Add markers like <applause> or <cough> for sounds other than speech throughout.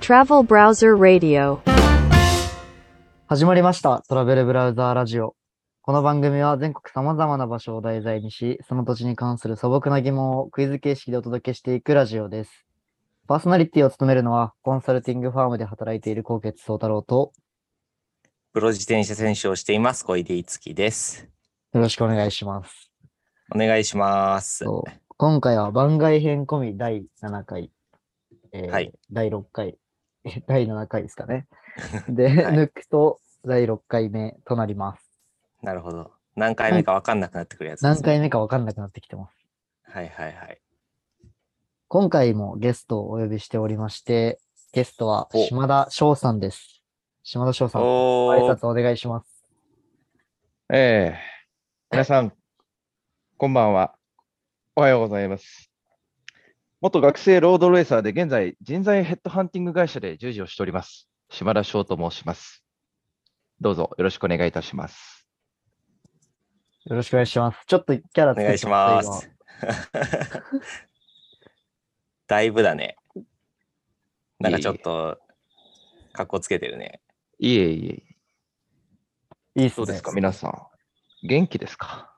Travel Browser Radio 始まりました。トラベルブラウザーラジオ。この番組は全国様々な場所を題材にし、その土地に関する素朴な疑問をクイズ形式でお届けしていくラジオです。パーソナリティを務めるのは、コンサルティングファームで働いている高傑宗太郎と、プロ自転車選手をしています、小出樹です。よろしくお願いします。お願いします。そう今回は番外編込み第7回、えーはい第6回、え第7回ですか <laughs> ね。で、はい抜くと第6回目となります。なるほど。何回目か分かんなくなってくるやつです、何回目か分かんなくなってきてます。はいはいはい。今回もゲストをお呼びしておりまして、ゲストはお島田翔さんです。島田翔さん、挨おー拶お願いします。ええ皆さん、こんばんは。おはようございます。元学生ロードレーサーで現在人材ヘッドハンティング会社で従事をしております。島田翔と申します。どうぞよろしくお願いいたします。よろしくお願いします。ちょっとキャラお作願っいちしゃまった今す。だいぶだね。なんかちょっと、かっこつけてるね。いえいえ、いいっすどね。うですか、皆さん。元気ですか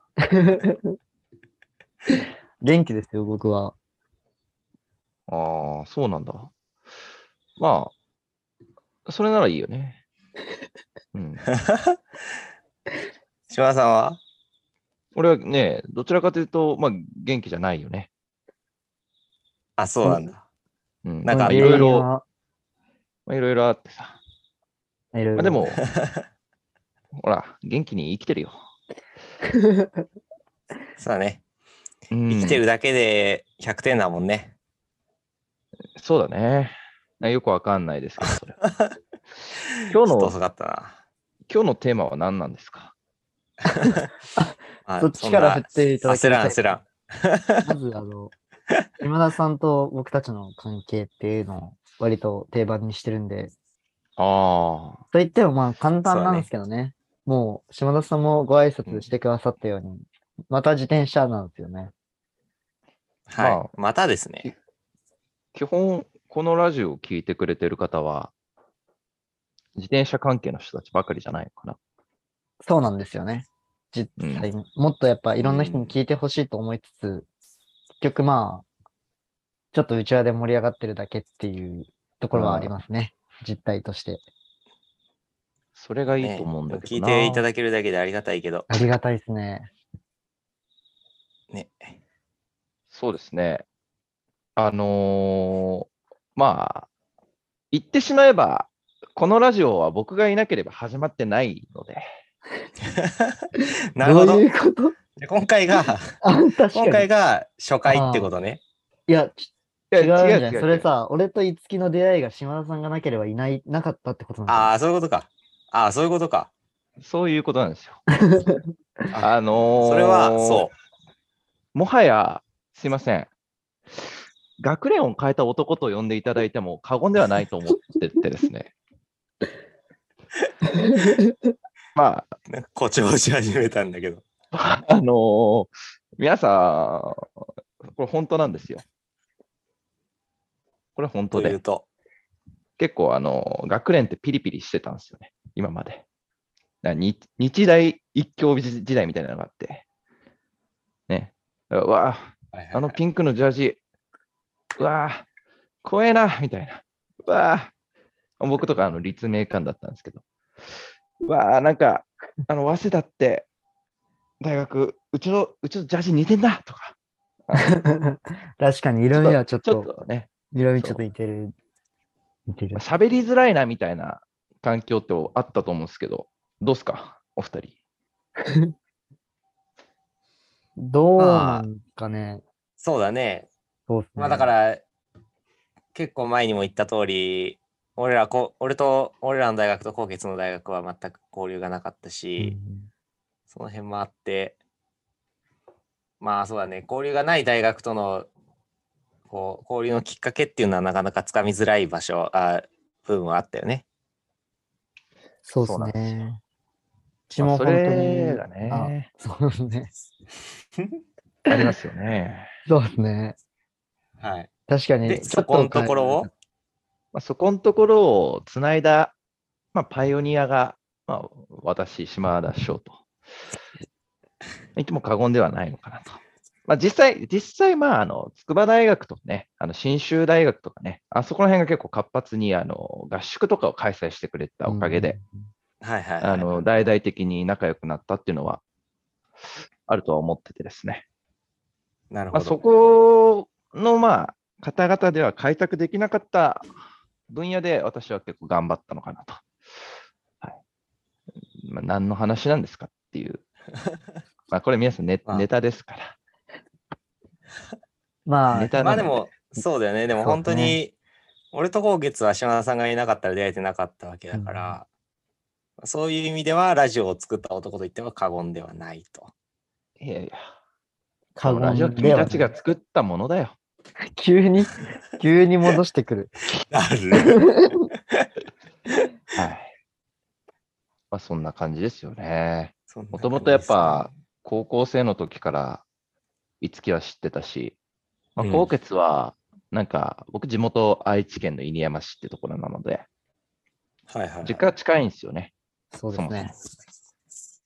元気ですよ、僕は。ああ、そうなんだ。まあ、それならいいよ <laughs> ね。うん、島田さんは俺はね、どちらかというと、まあ、元気じゃないよね。あ、そうなんだ。うん、なんかいろい原因ろ。は。まあ、いろいろあってさ。いろいまろあ、で、も、ほら、元気に生きてるよ。そうだね。うん生きてるだけで100点だもんね。そうだね。なよくわかんないですけど、そ <laughs> れは今ち日ょっとの遅、かったな。今日のテーマは何なんですかあそっちから振っていただきそたんいな焦らん、焦まず、あの、 <laughs> 島田さんと僕たちの関係っていうのを割と定番にしてるんで、ああ、と言ってもまあ簡そ単なうだんねですけどね。もう島田さんもご挨拶してくださったように、また自転車なんですよね。らん。まはあい。またですね。基本、このラジオを聞いてくれてる方は、自転車関係の人たちばかりじゃないのかな。そうなんですよね。実うん際に、もっとやっぱいろんな人に聞いてほしいと思いつつ、結局まあ、ちょっとうちわで盛り上がってるだけっていうところはありますね。実態として。それがいねいと思うんだけ聞いどな。ていただけるだけでありがたいけど。ありがたいですね。ね。そうですね。あのーまあ、言ってしまえば、このラジオは僕がいなければ始まってないので、なるほど。ういうことで今回 <laughs> が、あ、確今か回に。が初回ってことね。いや、ちい違うんじゃやないそれさ、俺といつきの出会いが島田さんがなければいない、なかったってことなんだ。ああ、そういうことか。ああ、そういうことか。そういうことなんですよ。ああのーそれは、そう。もはや、すいません。学年を変えた男と呼んでいただいても過言ではないと思っててですね。 <laughs> まなんか誇張し始めたんだけど。あ、あのー皆さん、これ本当なんですよ。これ本と当いうで、と。結構あのー学年ってピリピリしてたんですよね、今まで。なに日大一強時代みたいなのがあって。ね。うわあ、あのピンクのジャージ、うわぁ、怖えな、みたいな。うわぁ、僕とかあの立命館だったんですけど、うわぁ、なんか、あの、早稲田って、大学、うちの、うちのジャージ似てんだとか、 <laughs> 確かに色味はちょっちょっと、とね、色味ちょっと似てる。似てる。喋りづらいな、みたいな環境ってあったと思うんですけど、どうっすか、お二人。どうまなあんかね。そうだね。そうっすね。まあだか、ら、結構前にも言った通り、俺らこ、俺と、俺らの大学と高月の大学は全く交流がなかったうし、ん、その辺もあって、まあそうだね、交流がない大学とのこう交流のきっかけっていうのはなかなかつかみづらい場所、あ部分はあったよね。そうっすそうなんですね。うちも本当まあそにれが、あね、そうですね。ありますよね。そうですね。はい。確かに、で、ちょそっこの変えところを、まあ、そこのところをつないだ、まあ、パイオニアが、まあ、私、島田翔と。言っても過言ではないのかなと。まあ、実際、実際、まあ、あの、筑波大学とかね、あの、信州大学とかね、あそこら辺が結構活発に、あの、合宿とかを開催してくれたおかげで、はいはい、はい。あの、大々的に仲良くなったっていうのは、あるとは思っててですね。なるほまど。あ、そこの、まあ、方々では開拓できなかった分野で、私は結構頑張ったのかなと。はい。まあ、何の話なんですかっていう。 <laughs> まあ、これ皆さんネまあネタですから。まあネ、タまなあんでも、そうだよね。でもそうね本当に、俺と高月は島田さんがいなかったら出会えてなかったわけだから、そういう意味ではラジオを作った男と言っては過言ではないと。 <laughs> いやいや、過ラジオ言君ではたちが作ったものだよ。急に、急に戻してくる。な <laughs> る。はい。まあ、そんな感じですよね。そんなもともとやっぱ高校生の時から、いつきは知ってたし、まあ、うん高血は、なんか、僕地元愛知県の犬山市ってところなの感じで、ですね、はいはいはい、実家近いんですよね。そうですね。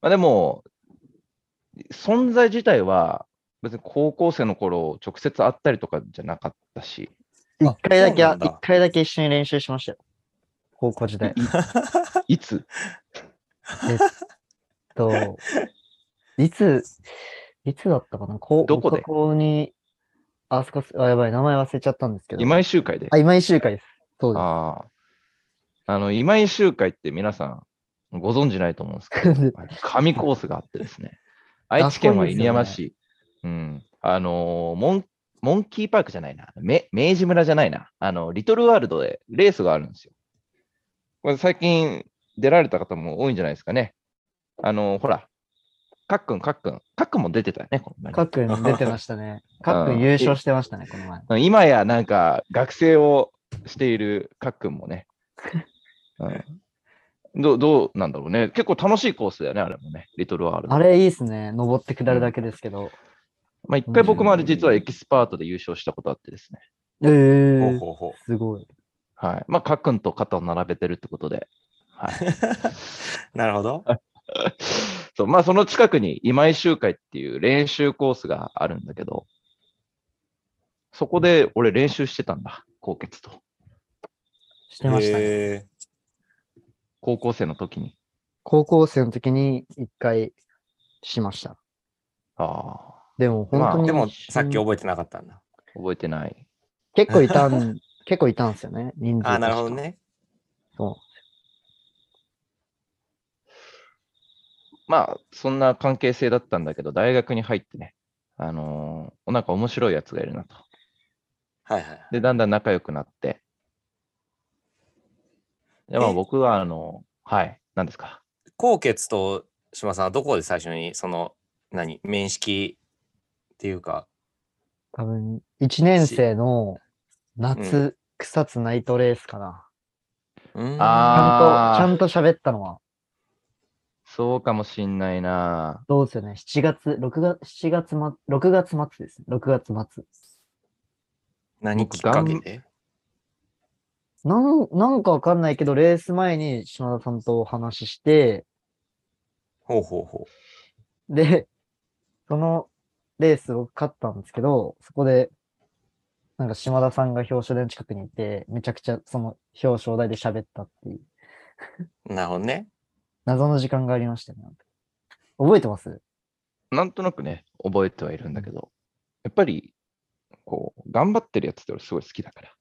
まあ、でも、存在自体は、別に高校生の頃、直接会ったりとかじゃなかったし、そもそも一回だけ、あそうなんだ一回だけ一緒に練習しましたよ。高校時代。えっいつと、いつ、いつだったかなこうどこ僕でがこうに、あそこす、あ、やばい、名前忘れちゃったんですけど。今井集会であ、今井集会です。そうでああ。あの、今井集会って皆さんご存知ないと思うんですけ <laughs> でど、神コースがあってですね。愛知県は犬山市。うん。あのーモン、モンキーパークじゃないな。め明治村じゃないな。あの、リトルワールドでレースがあるんですよ。これ最近出られた方も多いんじゃないですかね。あのーほら、かっくん、かっくん。かっくんも出てたよね、このす。前ねかっくん出てました <laughs> ね。かっくん優勝してましたね、この前。今やなんか学生をしているかっくんもね、うん、どうどうなんだろうね結構楽しいコースだよねあれもねリトルワールドあれいいっすね。登って下るだけですけど。まあ一回僕もあれ実はエキスパートで優勝したことあってですねええほうー、ほうほう。すごい。はいまあかっくんと肩を並べてるってことで、はい、なるほど。そうまあその近くに今井集会っていう練習コースがあるんだけどそこで俺練習してたんだ高血としてましたね。へ高校生の時に高校生の時に一回しました。ああでも本当まに、あーでもさっき覚えてなかったんだ。覚えてない結構いた <laughs> ん、結構いたんですよね。人数としてあーなるほど。ね。そまあ、そんな関係性だったんだけど、大学に入ってね、あのーなんか面白いやつがいるなと。はいはいはい。で、だんだん仲良くなって。で、まあえ僕は、あのはい、何ですか。高月と島さんはどこで最初にその何面識っていうか。う。多分、一年生の夏、草津ナイトレースかな。うーんちゃあーんと、ちゃんと喋ったのは、そうかもしんないなどうですよね。7月、6月、7月末、6月末ですね。6月末。何僕きっかけでなん、なんかわかんないけど、レース前に島田さんとお話しして、ほうほうほで、そのレースを勝ったんですけど、そこで、なんか島田さんが表彰台の近くにいて、めちゃくちゃその表彰台で喋ったっていう、う。なるほどね。謎の時間がありましたね。覚えてますなんとなくね、覚えてはいるんだけど、やっぱり、こう、頑張ってるやつって俺すごい好きだから、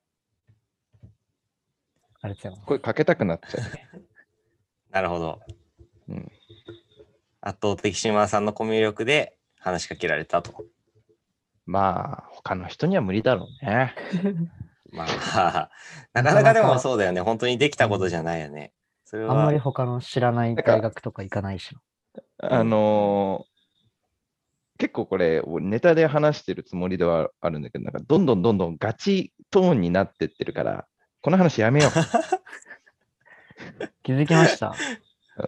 あれですよ。声かけたくなっちゃうね。なるほど。うん、圧倒的島田さんのコミュ力で話しかけられたと。まあ、他の人には無理だろうね。まあ、ななかなか <laughs> なかかでもそうだよね。本当にできたことじゃないよね。それあんまはり、他の知らないなんか大学とか行かないし。あのー結構これ、ネタで話してるつもりではあるんだけど、なんかどんどんどんどんガチトーンになってってるから、この話やめよう。気づきました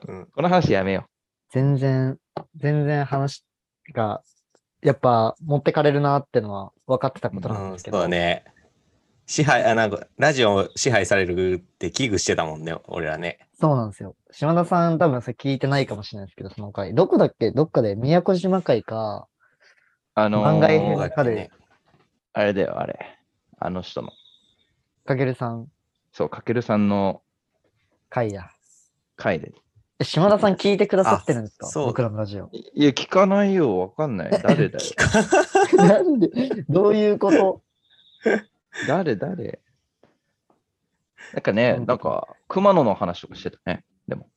うん、この話やめよ全然、全然話が、やっぱ持ってかれるなってのは分かってたことなんうでんすそけうど、だね。支配、あ、なんか、ラジオを支配されるって危惧してたもんね、俺らね。そうなんですよ。島田さん多分それ聞いてないかもしれないですけど、その回。どこだっけどっかで宮古島会か、あのー番外そう編だっけね。あれだよ、あれ。あの人の。かけるさんそう、かけるさんの会や。回で。。え島田さん聞いてくださってるんですかあそう僕らのラジオ <laughs> いいや、聞かないよ、わかんない。誰だよ。なんで、どういうこと誰誰なんかねう、んなんか、熊野の話とかしてたね。でも、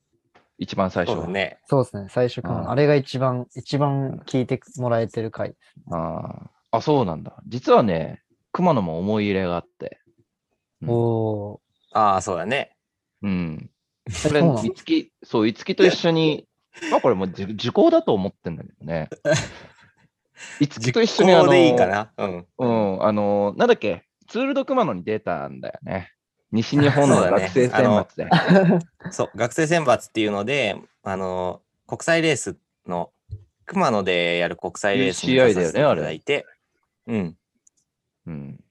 一番最そう初だ。ね。そうですね、最初から。うんあれが一番、一番聞いてもらえてる回。あーあ、そうなんだ。実はね、熊野も思い入れがあって。うんおああ、そうだね。うん。ー。こえれそうな、のいつき、そう、いつきと一緒に、まあこれもうじ時効だと思ってんだけど <laughs> ね。いつきと一緒に実あ行の、でいいかな。うん。うん、あの、なんだっけ、ツールド熊野に出たんだよね。西日本のそうだね学生選抜で。そう、学生選抜っていうので、あの、国際レースの、熊野でやる国際レースに UCI 出させていただいて、うん。うん。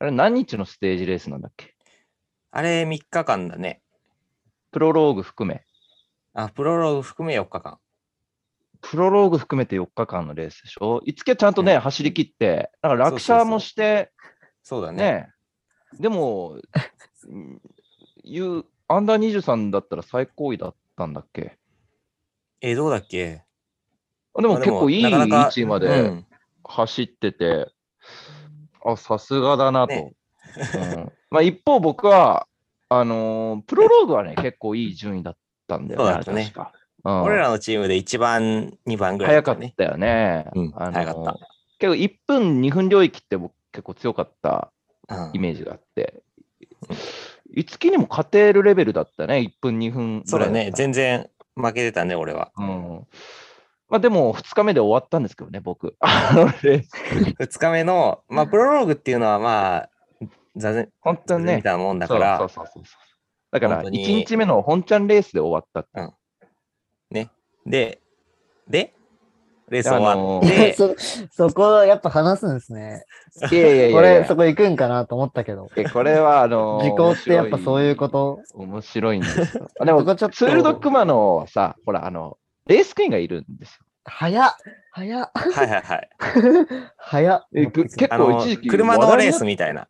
あれ、何日のステージレースなんだっけあれ3日間だね。プロローグ含め。あ、プロローグ含め4日間。プロローグ含めて4日間のレースでしょいつきはちゃんとね、うん走り切って、だから落そうそう車そうもして、そうだね。ね、でも、うん言う、アンダー23だったら最高位だったんだっけえ、どうだっけあであも結構いい位なかなか置まうでん走ってて、あ、さすがだなと。ねうんまあ、一方、僕は、あのープロローグはね、結構いい順位だったんだよね。そうだったね確かうん俺らのチームで1番、2番ぐらいだ早っかたっね。たよね。うんあの早かった結構1分、2分領域って僕結構強かったうんイメージがあって、いつきにも勝てるレベルだったね、1分、2分そぐうらだいね。全全然負けてたね、俺は。うんまあ、でも、2日目で終わったんですけどね、僕。あのレース2日目の、まあ、プロローグっていうのは、まあ、座禅、本当に座禅ねみ、たいなもんだから、そうそうそうそうだから、本当1に日目の本ちゃんレースで終わったってで、で、レース終わっあのて、 <laughs> そそこはやっぱ話すんですね。いやいやいやいやこれ、そこ行くんかなと思ったけど。えこれは、あのー時効ってやっぱそういうこ。面と。白面白いんですよ。あでもそこちょっとツールドクマのはさ、ほら、あの、レースクイーンがいるんですよ。早っ早っ <laughs> はいはいはい。早っえぐ結あ構の一時期、車のレースみたいな。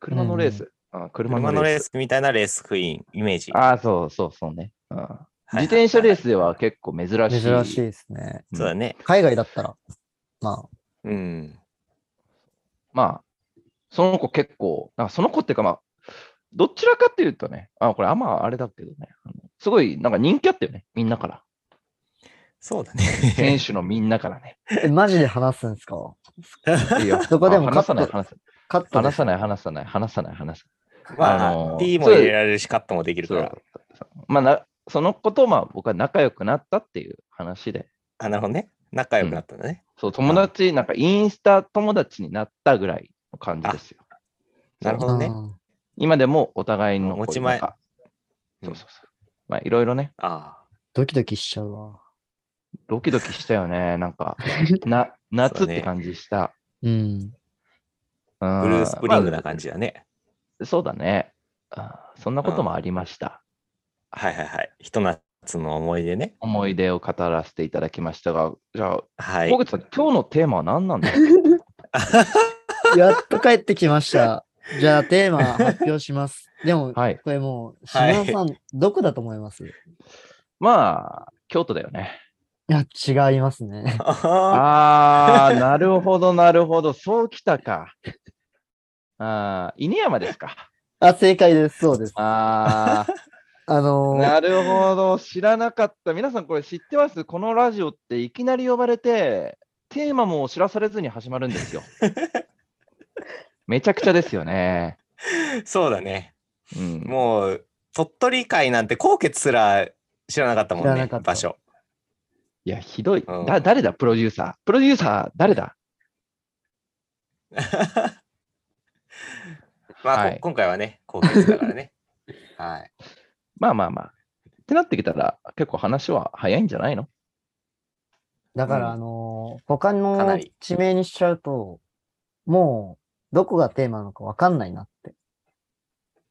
車のレース。あ車車ののレレーース。スみたいなレースクイーン、イメージ。ああ、そうそうそうね。うんい自転車レース。スでは結構珍しい。珍しいですね。そうだね。海外だったら。まうん。まあ、その子結構、なんかその子っていうかまあ、どちらかっていうとね、あ、これあんまあれだけどね、あのすごいなんか人気あったよね、みんな <laughs> から。そうだ選ね。手のみんなからね。あ、え、マジで話すんですかい <laughs> いよそこでもあ話さない、カ話さない。カットで話すさない、話さない、話さない、話さ <laughs> まあのあ、ー P も入れられるし、カットもできない。るかそうら。まあな、その子と、まあ、僕は仲良くなったっていう話で、あ、なるほどね。仲良くなったんだね。そう、友達、なんかインスタ友達になったぐらいの感じですよ。なるほどね。うん今でもお互いの持ち前こうなんかそうそうそう。まあ、いろいろね、あドキドキしちゃうわ。ドキドキしたよね。 <laughs> なんか、な夏って感じした。うん。あ。ブブルース・プリングなじ感じだね。そうだね。あーそんなこともありました。はいはいはい。ひと夏の思い出ね。思い出を語らせていただきましたが、じゃあ、はい小。口さん、今日のテーマは何なんです <laughs> かやっと帰ってきました。 <laughs> じゃあテーマ発表します。でも、はい。これもう、はい島田さん、どこだと思いますいまあ、京都だよね。や、違いますね。ああー、なるほど、なるほど。そうきたか。あー、稲山ですか。あ、正解です。そうです。ああー、 <laughs> のーなるほど。知らなかった。皆さん、これ知ってますこのラジオっていきなり呼ばれて、テーマも知らされずに始まるんで <laughs> すよ。めちゃくちゃですよね。ー <laughs> そうだね。うん、もう、鳥取会なんて高血すら知らなかったもん知らねなかっ、た場所。いや、ひどい。うんだ誰だ、プロデューサー。プロデューサー、誰だまあ、こはい今回はね、高血だからね。はい。まあまあまあ。ってなってきたら、結構話は早いんじゃないのだかうら、んあのー他かなのり地名にしちゃうと、もどこがテーマなのかわかんないなって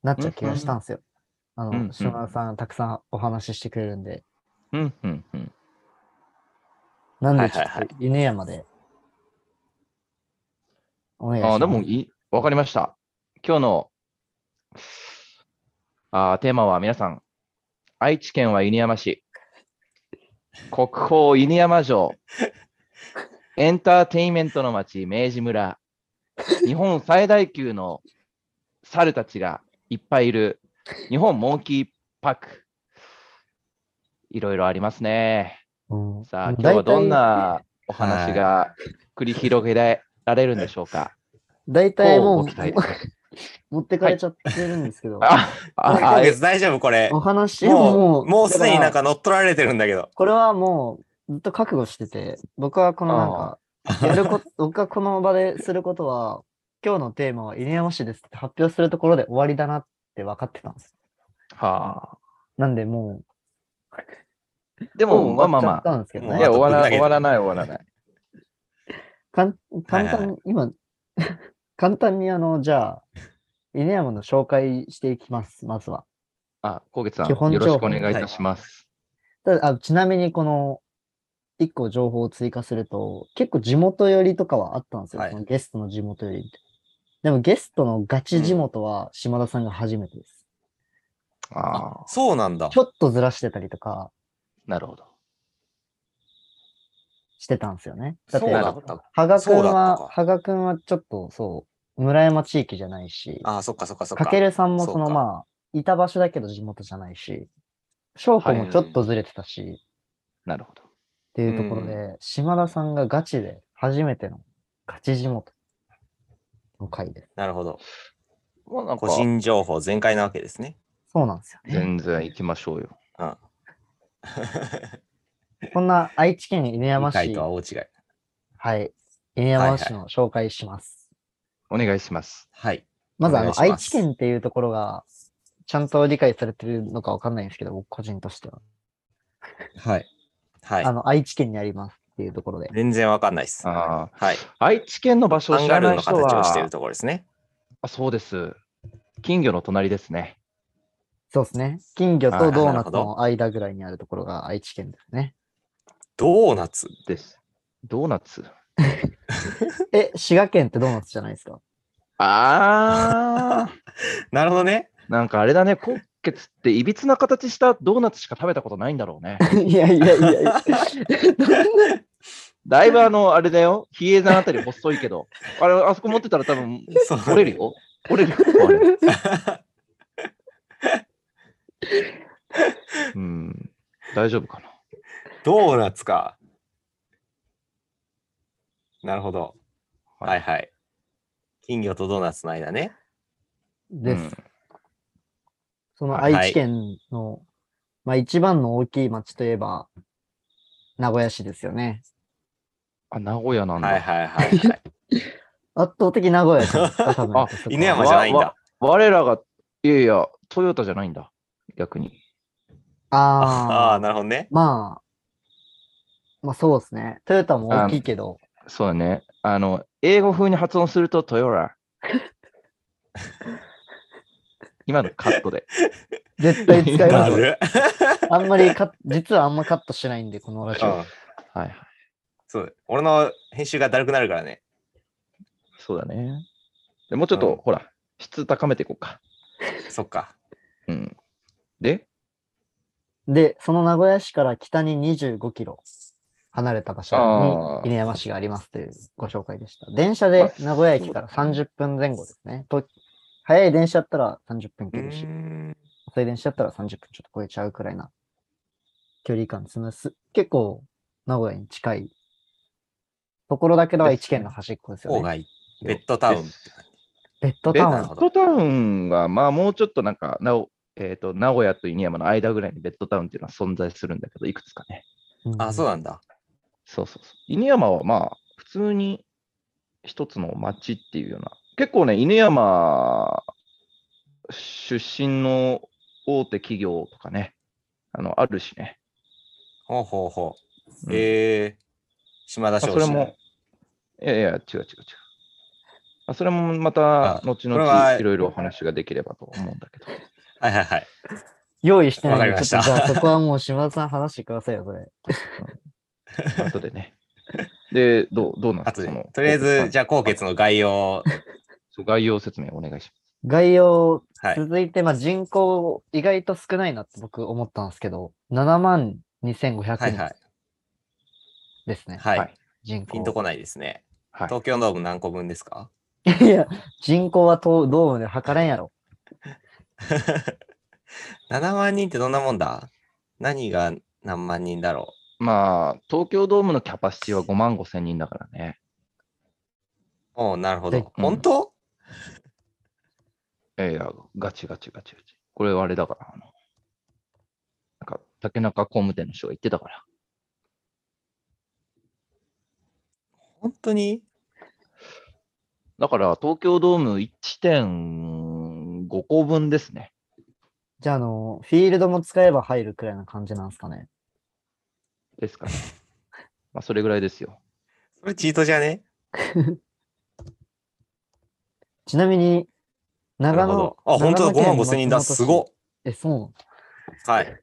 なっちゃう気がしたんですよ。あうんうんの、島田さんたくさんお話ししてくれるんで、うんうんうん。なんでちょはいはいっと犬山でお願いします。あーでもいい、わかりました。今日のあーテーマは皆さん、愛知県は犬山市、国宝犬山城、エンターテインメントの街、明治村、日本最大級の猿たちがいっぱいいる、日本モンキーパック、いろいろありますね。うん、さあ、今日はどんなおは話いが繰り広げられるんでしょうか。大体こうもうご <laughs> 期待持ってかれちゃってるんですけど、あ、 1あ、ヶあ月大丈夫これお。話でもももう、もうすでになんだらか乗っ取られてるんだけど。これはもうずっと覚悟してて、僕はこのなんか、やる <laughs> こと、僕がこの場ですることは、今日のテーマは犬山市ですって発表するところで終わりだなって分かってたんです。はあ。なんでもでう、も、まあまあ終わっちゃっまたんですけどあ。もういや、あとね。終わぶらん投げて終わらない、終わらない。かん簡はい単、今、 <laughs> 簡単にあの、じゃあ、犬山の紹介していきます、まずは。あ、こ月さん、基よ本情ろ報しくお願いいたします。ただあちなみに、この、一個情報を追加すると、結構地元寄りとかはあったんですよ。はいこのゲストの地元寄りって。でもゲストのガチ地元は島田さんが初めてです。ああ、そうなんだち。ょっとずらしてたりとかなるほど。してたんですよね。だっそうて、だった。羽賀くんそうだったは、か羽賀くんはちょっとそう、村山地域じゃないし、ああ、そっかそっかそっか。かけるさんもそのそうかまあ、いた場所だけど地元じゃないし、翔子もちょっとずれてたし、っなるほど。ていうところで、島田さんがガチで初めてのガチ地元の回です。なるほど。まあ、なん個か、人情報全開なわけですね。そうなんですよね。全然行きましょうよ。うん。こんな愛知県犬山理解市と、は大違い。はい、犬山市の紹介します。お願いします。はい。まずあお願いの、し愛ます知県っていうところが、ちゃんと理解されてるのかわかんないんですけど、僕個人としては。はい。はいあ。の、愛知県にありますっていうところで。全然わかんないです。あはい。あ、愛知県の場所をハン知ガらルーないの人形をしていはる、ところですね。あそうです。金魚の隣ですね。そうですね。金魚とドーナツあーなるほの間ぐらいにあるところが愛知県ですね。ドーナツ。です。ドーナツ。え、滋賀県ってドーナツじゃないです <laughs> か <laughs> ああ、なるほどね。なんかあれだね、高血っていびつな形したドーナツしか食べたことないんだろうね。いやいやいやい <laughs> や。だいぶあの、あれだよ、比叡山あたり細いけど、あれ、あそこ持ってたら多分そう折れるよ。折れるよ。あれ <laughs> うん、大丈夫かな。ドーナツか。なるほど。はいはい。金魚とドーナツの間ね。うです。ん、そのはい愛知県の、まあ一番の大きい町といえば、名古屋市ですよね。あ、名古屋なんだ。はいはい <laughs> はいはい。圧倒的名古屋じゃないで <laughs> すか、多分。あそこは犬山じゃないんだ。我らが、いやいや、トヨタじゃないんだ。逆に。ああああー、、なるほどね。まあ、まあそうですね。トヨタも大きいけど、そうだね。あの、英語風に発音するとトヨ <laughs> ラ。今のカットで。絶対使いまなすよ。る。あんまりカッ、実はあんまカットしないんで、このラジうオん。はいはい。そう。俺の編集がだるくなるからね。そうだね。でもうちょっと、うんほら、質高めていこうか。そっか。うん。で、で、その名古屋市から北に25キロ離れた場所あーに犬山市がありますというご紹介でした。電車で名古屋駅から30分前後ですね。と早い電車だったら30分いうけるしー、ん。遅い電車だったら30分ちょっと超えちゃうくらいな距離感つむす。結構名古屋に近いところだけどですね愛知県の端っこですよ郊ね。外、ベッドタウン。ベッドベタなるウほン。ッドタウンが、まあ、もうちょっとなんか、なお、えっ、と、名古屋と犬山の間ぐらいにベッドタウンっていうのは存在するんだけど、いくつかね。あ、そううなんだ。そうそうそう。犬山は、まあ、普通に一つの町っていうような。結構ね、犬山出身の大手企業とかね、あの、あるしね。ほうほうほうう。んえー、島田まあ商それ事。も、いやいや、違う違う違う。まあそれもまたあ後これは々いろいろお話ができればと思うんだけど。はいはいはい。用意してないわかりましちょったとじゃあそこはもう島田さん話してくださいよ、それ。 <laughs> 後でね。で、どう、どうなんであすかとそでの、とりあえず、じゃゃあ、高血の概要を、概要説明お願いし概要、はい。続いて、まあ人口意外と少ないなって僕思ったんですけど、7万は2500いは人い。ですね、はい。人口。ピンとこないですね。ます。はい。東京ドーム何個分ですかいや、人口はとドームで測れんやろ。 ?7 万人ってどんなもんだ何が何万人だろまあ、東京ドームのキャパシティは5万5千人だからね。うおうなるほでど。うん本当いやいや、ガチガチガチガチ。これはあれだから、あの、なんか、竹中工務店の人が言ってたから。本当にだから、東京ドーム1.5個分ですね。じゃあ、あの、フィールドも使えば入るくらいな感じなんですかね。です <laughs> から、ね。まあ、それぐらいですよ。それチートじゃねちなみに、なる長野ほど。。あ、本当だ、5万5千人だ。すごっっ。え、そうなのはい。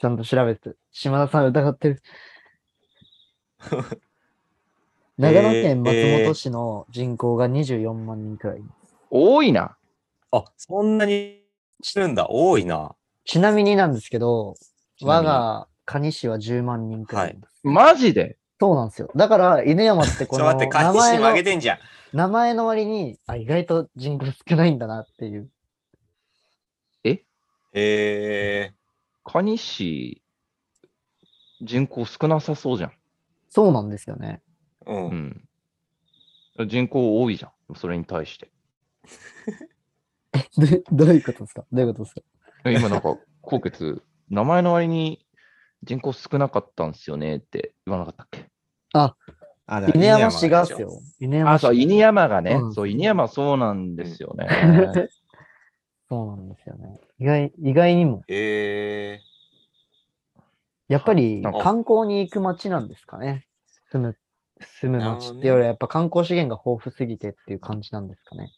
ちゃんと調べて、島田さん疑 <laughs> ってる。長野県松本市の人口が24万人くらい。多いな。あ、そんなにしてるんだ。多いな。ちなみになんですけど、ちな我みにが蟹市は10万人くらい。はいマジでそうなんですよ。だから、犬山って <laughs> ちょこっのと待って、名関心前上のげてんじゃん。名前の割にあ、意外と人口少ないんだなっていう。へえ蟹市、人口少なさそうじゃん。そうなんですよね。ー。うん。うん。人口多いじゃん。それに対して。でどういうことですかどういうことですかえ今なんか、 <laughs> 高血、名前の割に人口少なかったんですよねって言わなかったっけあ犬山市がっすよ。犬山あ、市そう、犬山がね、うんそう、犬山そうなんですよね。 <laughs> そうなんですよね。意外、意外にも。へえやっぱりなんか観光に行く街なんですかね。住む、住む街っていうよりはやっぱ観光資源が豊富すぎてっていう感じなんですかね。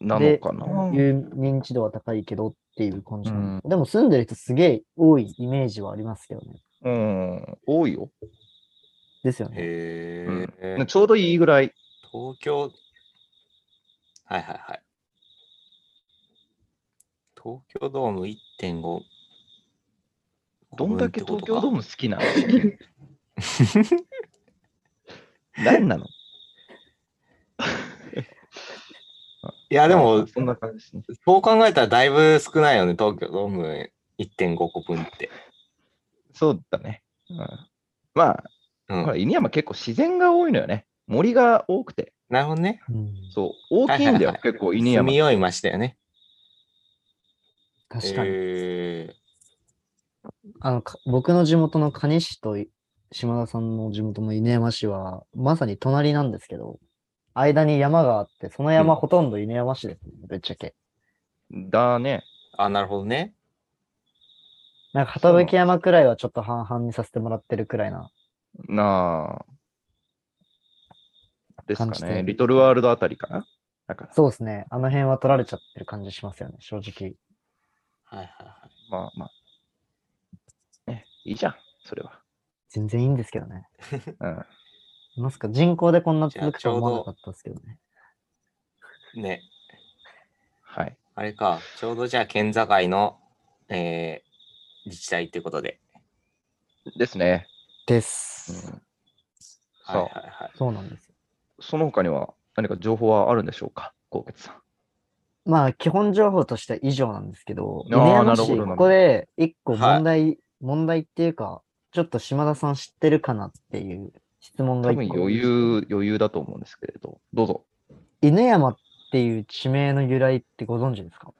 なのかな。いう認知度は高いけどっていう感じなんですかでも住んでる人すげえ多いイメージはありますけどね。うん、多いよ、ですよー。ね。へえ、うんちょうどいいぐらい。東京。はいはいはい。東京ドーム1.5。どんだけ東京ドームム好きなの何なのいやでも、そんな感じですね。そう考えたらだいぶ少ないよね、東京ドーム1.5個分って。そうだね。うん、まあ、うんほら、犬山結構自然が多いのよね。森が多くて。なるほどね。うん、そう、大きはいはいんだよ、いはい結構犬住山み。よいましたよね。確かに、えあのか僕の地元の蟹市とい島田さんの地元の犬山市はまさに隣なんですけど、間に山があって、その山ほとんど犬山市ですね、ぶっちゃけ。だね。ー、あ、なるほどね。なんか、畑山くらいはちょっと半々にさせてもらってるくらいな。なあ。です感じかてね。リトルワールドあたりかなだから、そうですね。あの辺は取られちゃってる感じしますよね、正直。はいはいはい。まあまあ。ね、いいじゃん、それは。全然いいんですけどね。うん。まさか人口でこんなじゃあ続くとは思わなかったですけどね。ね、はい。あれか、ちょうどじゃあ県境の、えー自治体っていうことで。ですね。でうん、す。さはいあ、はいはい。そうなんですよ。その他には何か情報はあるんでしょうか、高月さん。まあ、基本情報としては以上なんですけど、あー犬山なるほ市、どなここで一個はい問題、問題っていうか、ちょっと島田さん知ってるかなっていう質問が多一個分余。裕、余裕だと思うんですけれど、どうぞ。犬山っていう地名の由来ってご存知ですか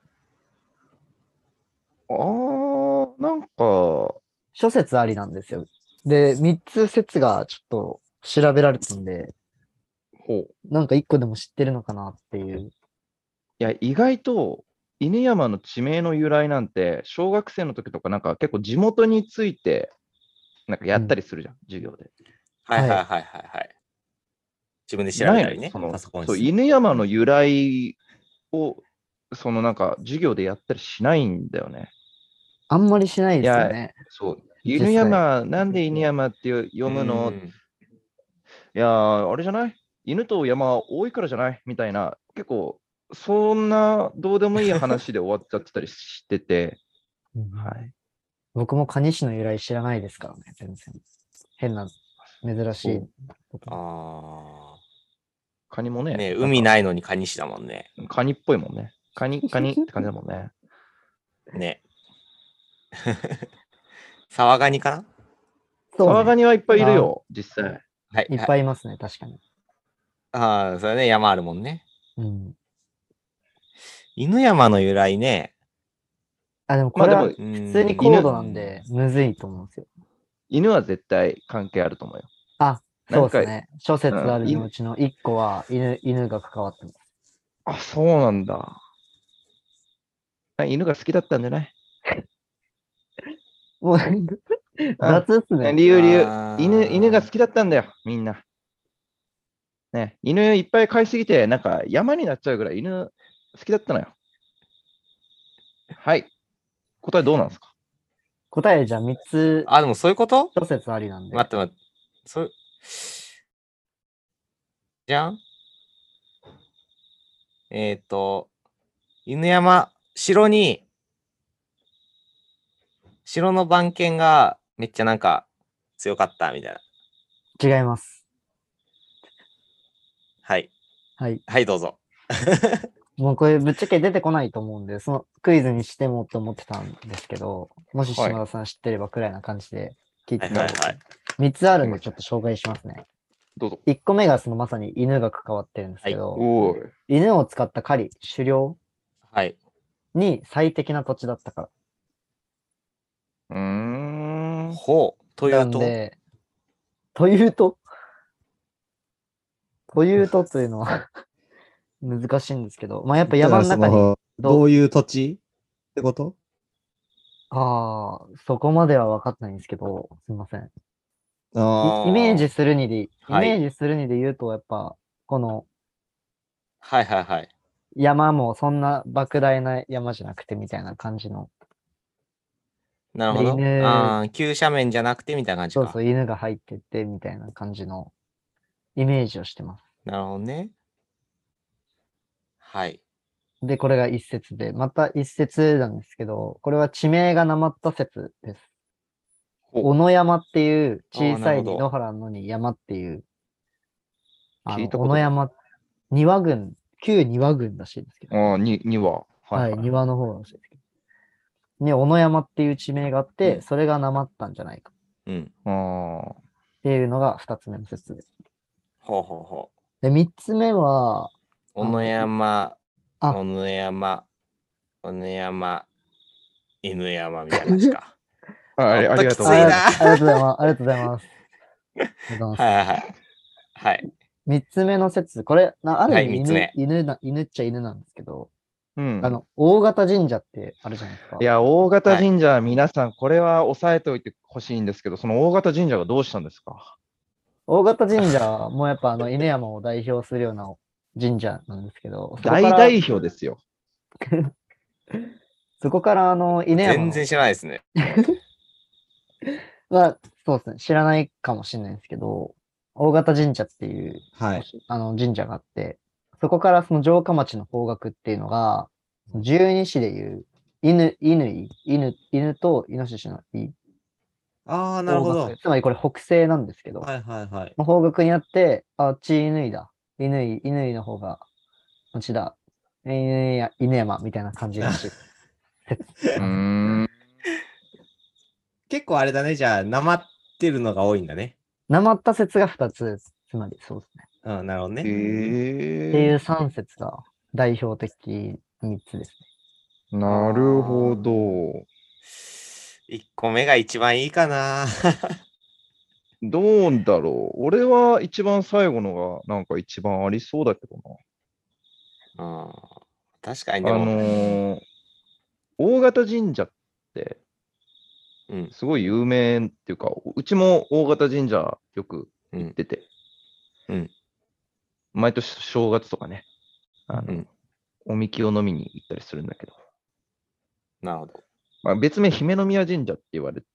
あー、なんか、諸説ありなんですよ。で、3つ説がちょっと調べられたんで、ほう。なんか1個でも知ってるのかなっていう。いや、意外と犬山の地名の由来なんて、小学生の時とか、なんか結構地元について、なんかやったりするじゃん、授業で。はいははいいはいはいはい。自分で調べたりないね、のそのパソコンそうして犬山の由来を、そのなんか授業でやったりしないんだよね。あんまりしないですよね。そう。実際犬山、なんで犬山って読むの、ういんやー、あれじゃない犬と山多いからじゃないみたいな、結構、そんなどうでもいい話で終わっちゃってたりしてて、うんはい。僕も蟹市の由来知らないですからね、全然。変な、珍しいこと。あカニもあ。ね、ねなんか海ないのにカニシだもんね。カニっぽいもんね。カニ、カニって感じだもんね。ね。 <laughs> サワガニかなそうねサワガニはいっぱいいるよ、実際。はい。いっい。ぱいいますね、確かに。ああ、それね、山あるもんね。うん。犬山の由来ね。あ、でもまこあれではも、普普通にこう高度なんで、むずいと思うんですよ。犬は絶対関係あると思うよ。あ、なそんうかですね。諸説うんあるのうちの1個は犬、犬が関わってます。あ、そうなんだ。あ犬が好きだったんじゃないもう、 <laughs> 雑っすね。理由理由あー犬。犬が好きだったんだよ、みんな。ね、犬いっぱい飼いすぎて、なんか山になっちゃうぐらい犬好きだったのよ。はい。答えどうなんですか答えじゃあ3つ、あ、でもそういうこと諸説ありなんで。待って待って。そう。じゃんえっ、ー、と、犬山、城に、城の番犬がめっちゃなんか強かったみたいな。違います。はい。はい。はい、どうぞ。もうこれぶっちゃけ出てこないと思うんで、そのクイズにしてもと思ってたんですけど、もしはい島田さん知ってればくらいな感じで聞いはていたはいだはきますい。 3つあるんでちょっと紹介しますね。どうぞ。 1個目がそのまさに犬が関わってるんですけど、おー犬を使った狩り、狩猟はい。に最適な土地だったから。うーん。ほう。といなうんと、で、というと、というとというのは <laughs> 難しいんですけど、まあやっぱ山の中だからそにのどどう、ういう土地ってことああ、そこまでは分かってないんですけど、すいません。ああーイメージするにで、イはいメージするにで言うと、やっぱ、このはいはいはい。山もそんな莫大な山じゃなくてみたいな感じの、なるほど。で犬あー急斜面じゃなくてみたいな感じそか。うそう、犬が入っててみたいな感じのイメージをしてます。なるほどね。はい。で、これが一説で、また一説なんですけど、これは地名がなまった説です。ほ小野山っていうあー小さなるいほど野原のに山っていう、あ聞のいた小こと野ない山、庭郡、旧庭郡らしいですけど、ああ、に、には。はい、はい。庭の方らしいですけど。ね、小野山っていう地名があって、うんそれがなまったんじゃないかうん。あーっていうのが二つ目の説です。ほうほうほで、三つ目は、う。小野山、あ小野山、小野山、犬山みたいな感じ <laughs> か。はい。あありがとうごきつざいいまなす。あありがとうございます。ありがとうございます。ありがとうございますはいはいはい。はい。三つ目の説、これ、なあるは意い味犬、三つ目犬な、犬っちゃ犬なんですけど、うんあの、大型神社ってあるじゃないですか。いや、大型神社、皆さん、これは押さえておいてほしいんですけど、その大型神社がどうしたんですか大型神社もやっぱあの、 <laughs> 犬山を代表するような神社なんですけど、そこか大ら代表ですよ。そこからあの、犬山全の然知らないですね。は、そうですね、知らないかもしれないですけど、大型神社っていうあ、はい。あの神社があって、そこからその城下町の方角っていうのが、その十二支でいう、犬、犬、犬、犬とイノシシのイ。ああ、なるほ大ど型。つまりこれ北西なんですけど、はいはいはい。の方角にあって、あ、ち犬いだ。犬い、犬いの方が、こっちだ。犬や、犬山みたいな感じらし <laughs> い。うーん。結構あれだね、じゃあ、なまってるのが多いんだね。なまった説が二つ、つまりそうですね。うん、なるほどえね。っていーう三説が代表的三つですね。なるほど。 1個目が一番いいかな。どうだろう。俺は一番最後のが、なんか一番ありそうだけどうん、確かにな。であも、のー大型神社って、うんすごい有名っていうか、うちも大型神社よくうん出て、うん毎年正月とかね、あの、うんおみきを飲みに行ったりするんだけど、なるほど。まあ、別名、姫宮神社って言われて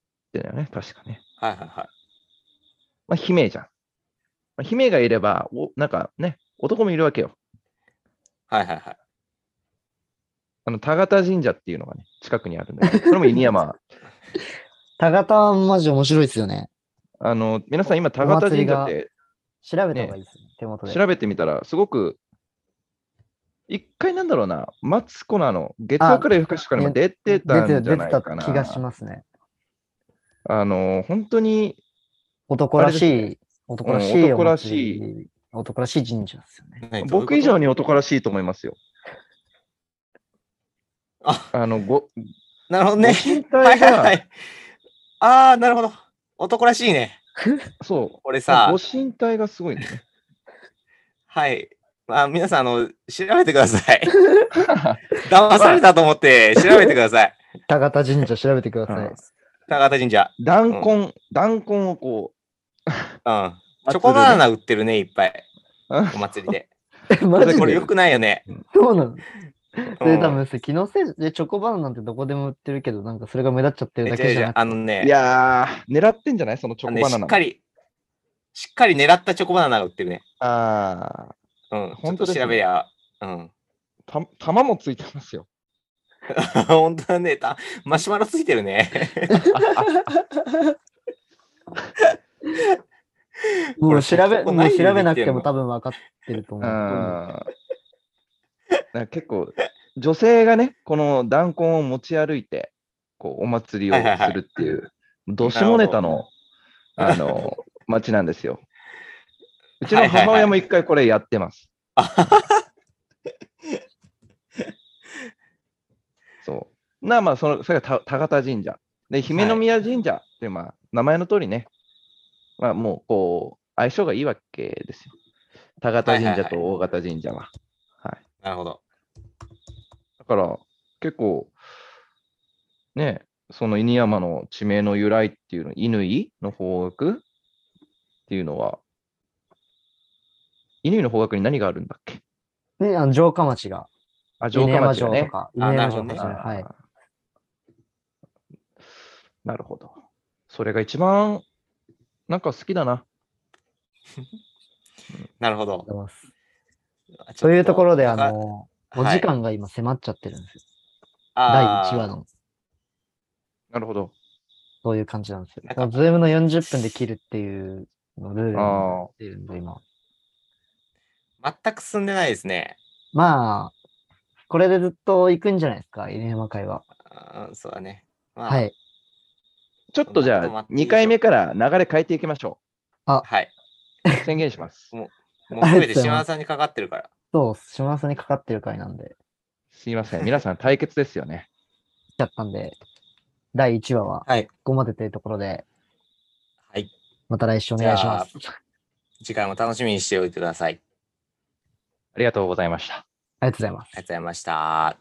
るよね、確かね。はいはいはい。まあ、姫じゃん。まあ、姫がいれば、おなんかね、男もいるわけよ。はいはいはい。あの、田形神社っていうのがね、近くにあるんだけ <laughs> ど、これも犬山。田方はマジ面白いですよね。あの、皆さん今、田形神社って調べた方がいいですね、手元で。調べてみたら、すごく、一回なんだろうな、マツコのあの、月あ曜から夜更かしからも出てたんじゃ出てないたかな。気がしますね。あの、本当に、男らしあれい、男らしい、うん男らしいい、男らしい神社ですよね。何僕以ど上。ういうこに男らしいと思いますよ。とあ、あの、ご、なるほどね。身はい体はいはが、い。ああ、なるほど。男らしいね。そ俺う、さご、身体がすごいね。 <laughs> はい。あ皆さん、あの、調べてくださ <laughs> い。騙されたと思って、調べてくだ <laughs> さい。田方神社調べてください。うん高田神社。弾痕、弾痕をこうん。う、チョコバナナ売ってるね、いっぱい。祭お祭りるね。で。え、 <laughs> マジこれでよくないよね。そうなのそれ多うん分、それ気のせいでチョコバナナなんてどこでも売ってるけど、なんかそれが目立っちゃってるだじゃけあじじゃゃなああくて。のね、いやー、狙ってんじゃないそのチあョのコねバしナっナ。かり、しっかり狙ったチョコバナナが売ってるね。あうーん。本本当当ですね調べりゃ、うん。 <laughs> た、玉もついてますよ。本当だね。たマシュマロついてるね。 <laughs> もう調これべ、そこもなういよ調べなくてもできてんの多分分かってるとう思ん。う。なんか結構、女性がね、この弾痕を持ち歩いて、こう、お祭りをはいはいはいするっていう、ど下ネタの、あの、街なんですよ。うちの母親も一回これやって <laughs> ます。そう。な、まあ、その、それがた田方神社。で、姫宮神社って、まあ、名前の通りね、まあ、もう、こう、相性がいいわけですよ。田方神社と大型神社は。はい。なるほど。だから、結構、ね、その犬山の地名の由来っていうの、乾の方角っていうのは、乾の方角に何があるんだっけね、あの城下町が、あ、城犬下山町城だとね。か、あ犬山城なとるかほどね、はい。い。なるほど。それが一番、なんか好きだな。なるほどありがとう。ございますというところで、あの、高おはい時間が今迫っちゃってるんですよ。第あー1話の、なるほど。そういう感じなんですよなん。かもうズームの40分で切るっていうのルールにあなあってるんで、今。全く進んでないですね。まあ、これでずっと行くんじゃないですか、犬山会は。あーそうだね。まあは。い。ちょっとじまとまゃっあ、ていいでしょ2回目から流れ変えていきましょはい。う。宣言します。もう全ありがとうてございます島田さんにかかってるから。そう、島さんにかかってる回なんで、すいません。皆さん対決ですよね。来ちゃったんで、第1話ははいここまでというところで、はい。また来週お願いします。次回も楽しみにしておいてください。ありがとうございました。ありがとうございますありがとうございました。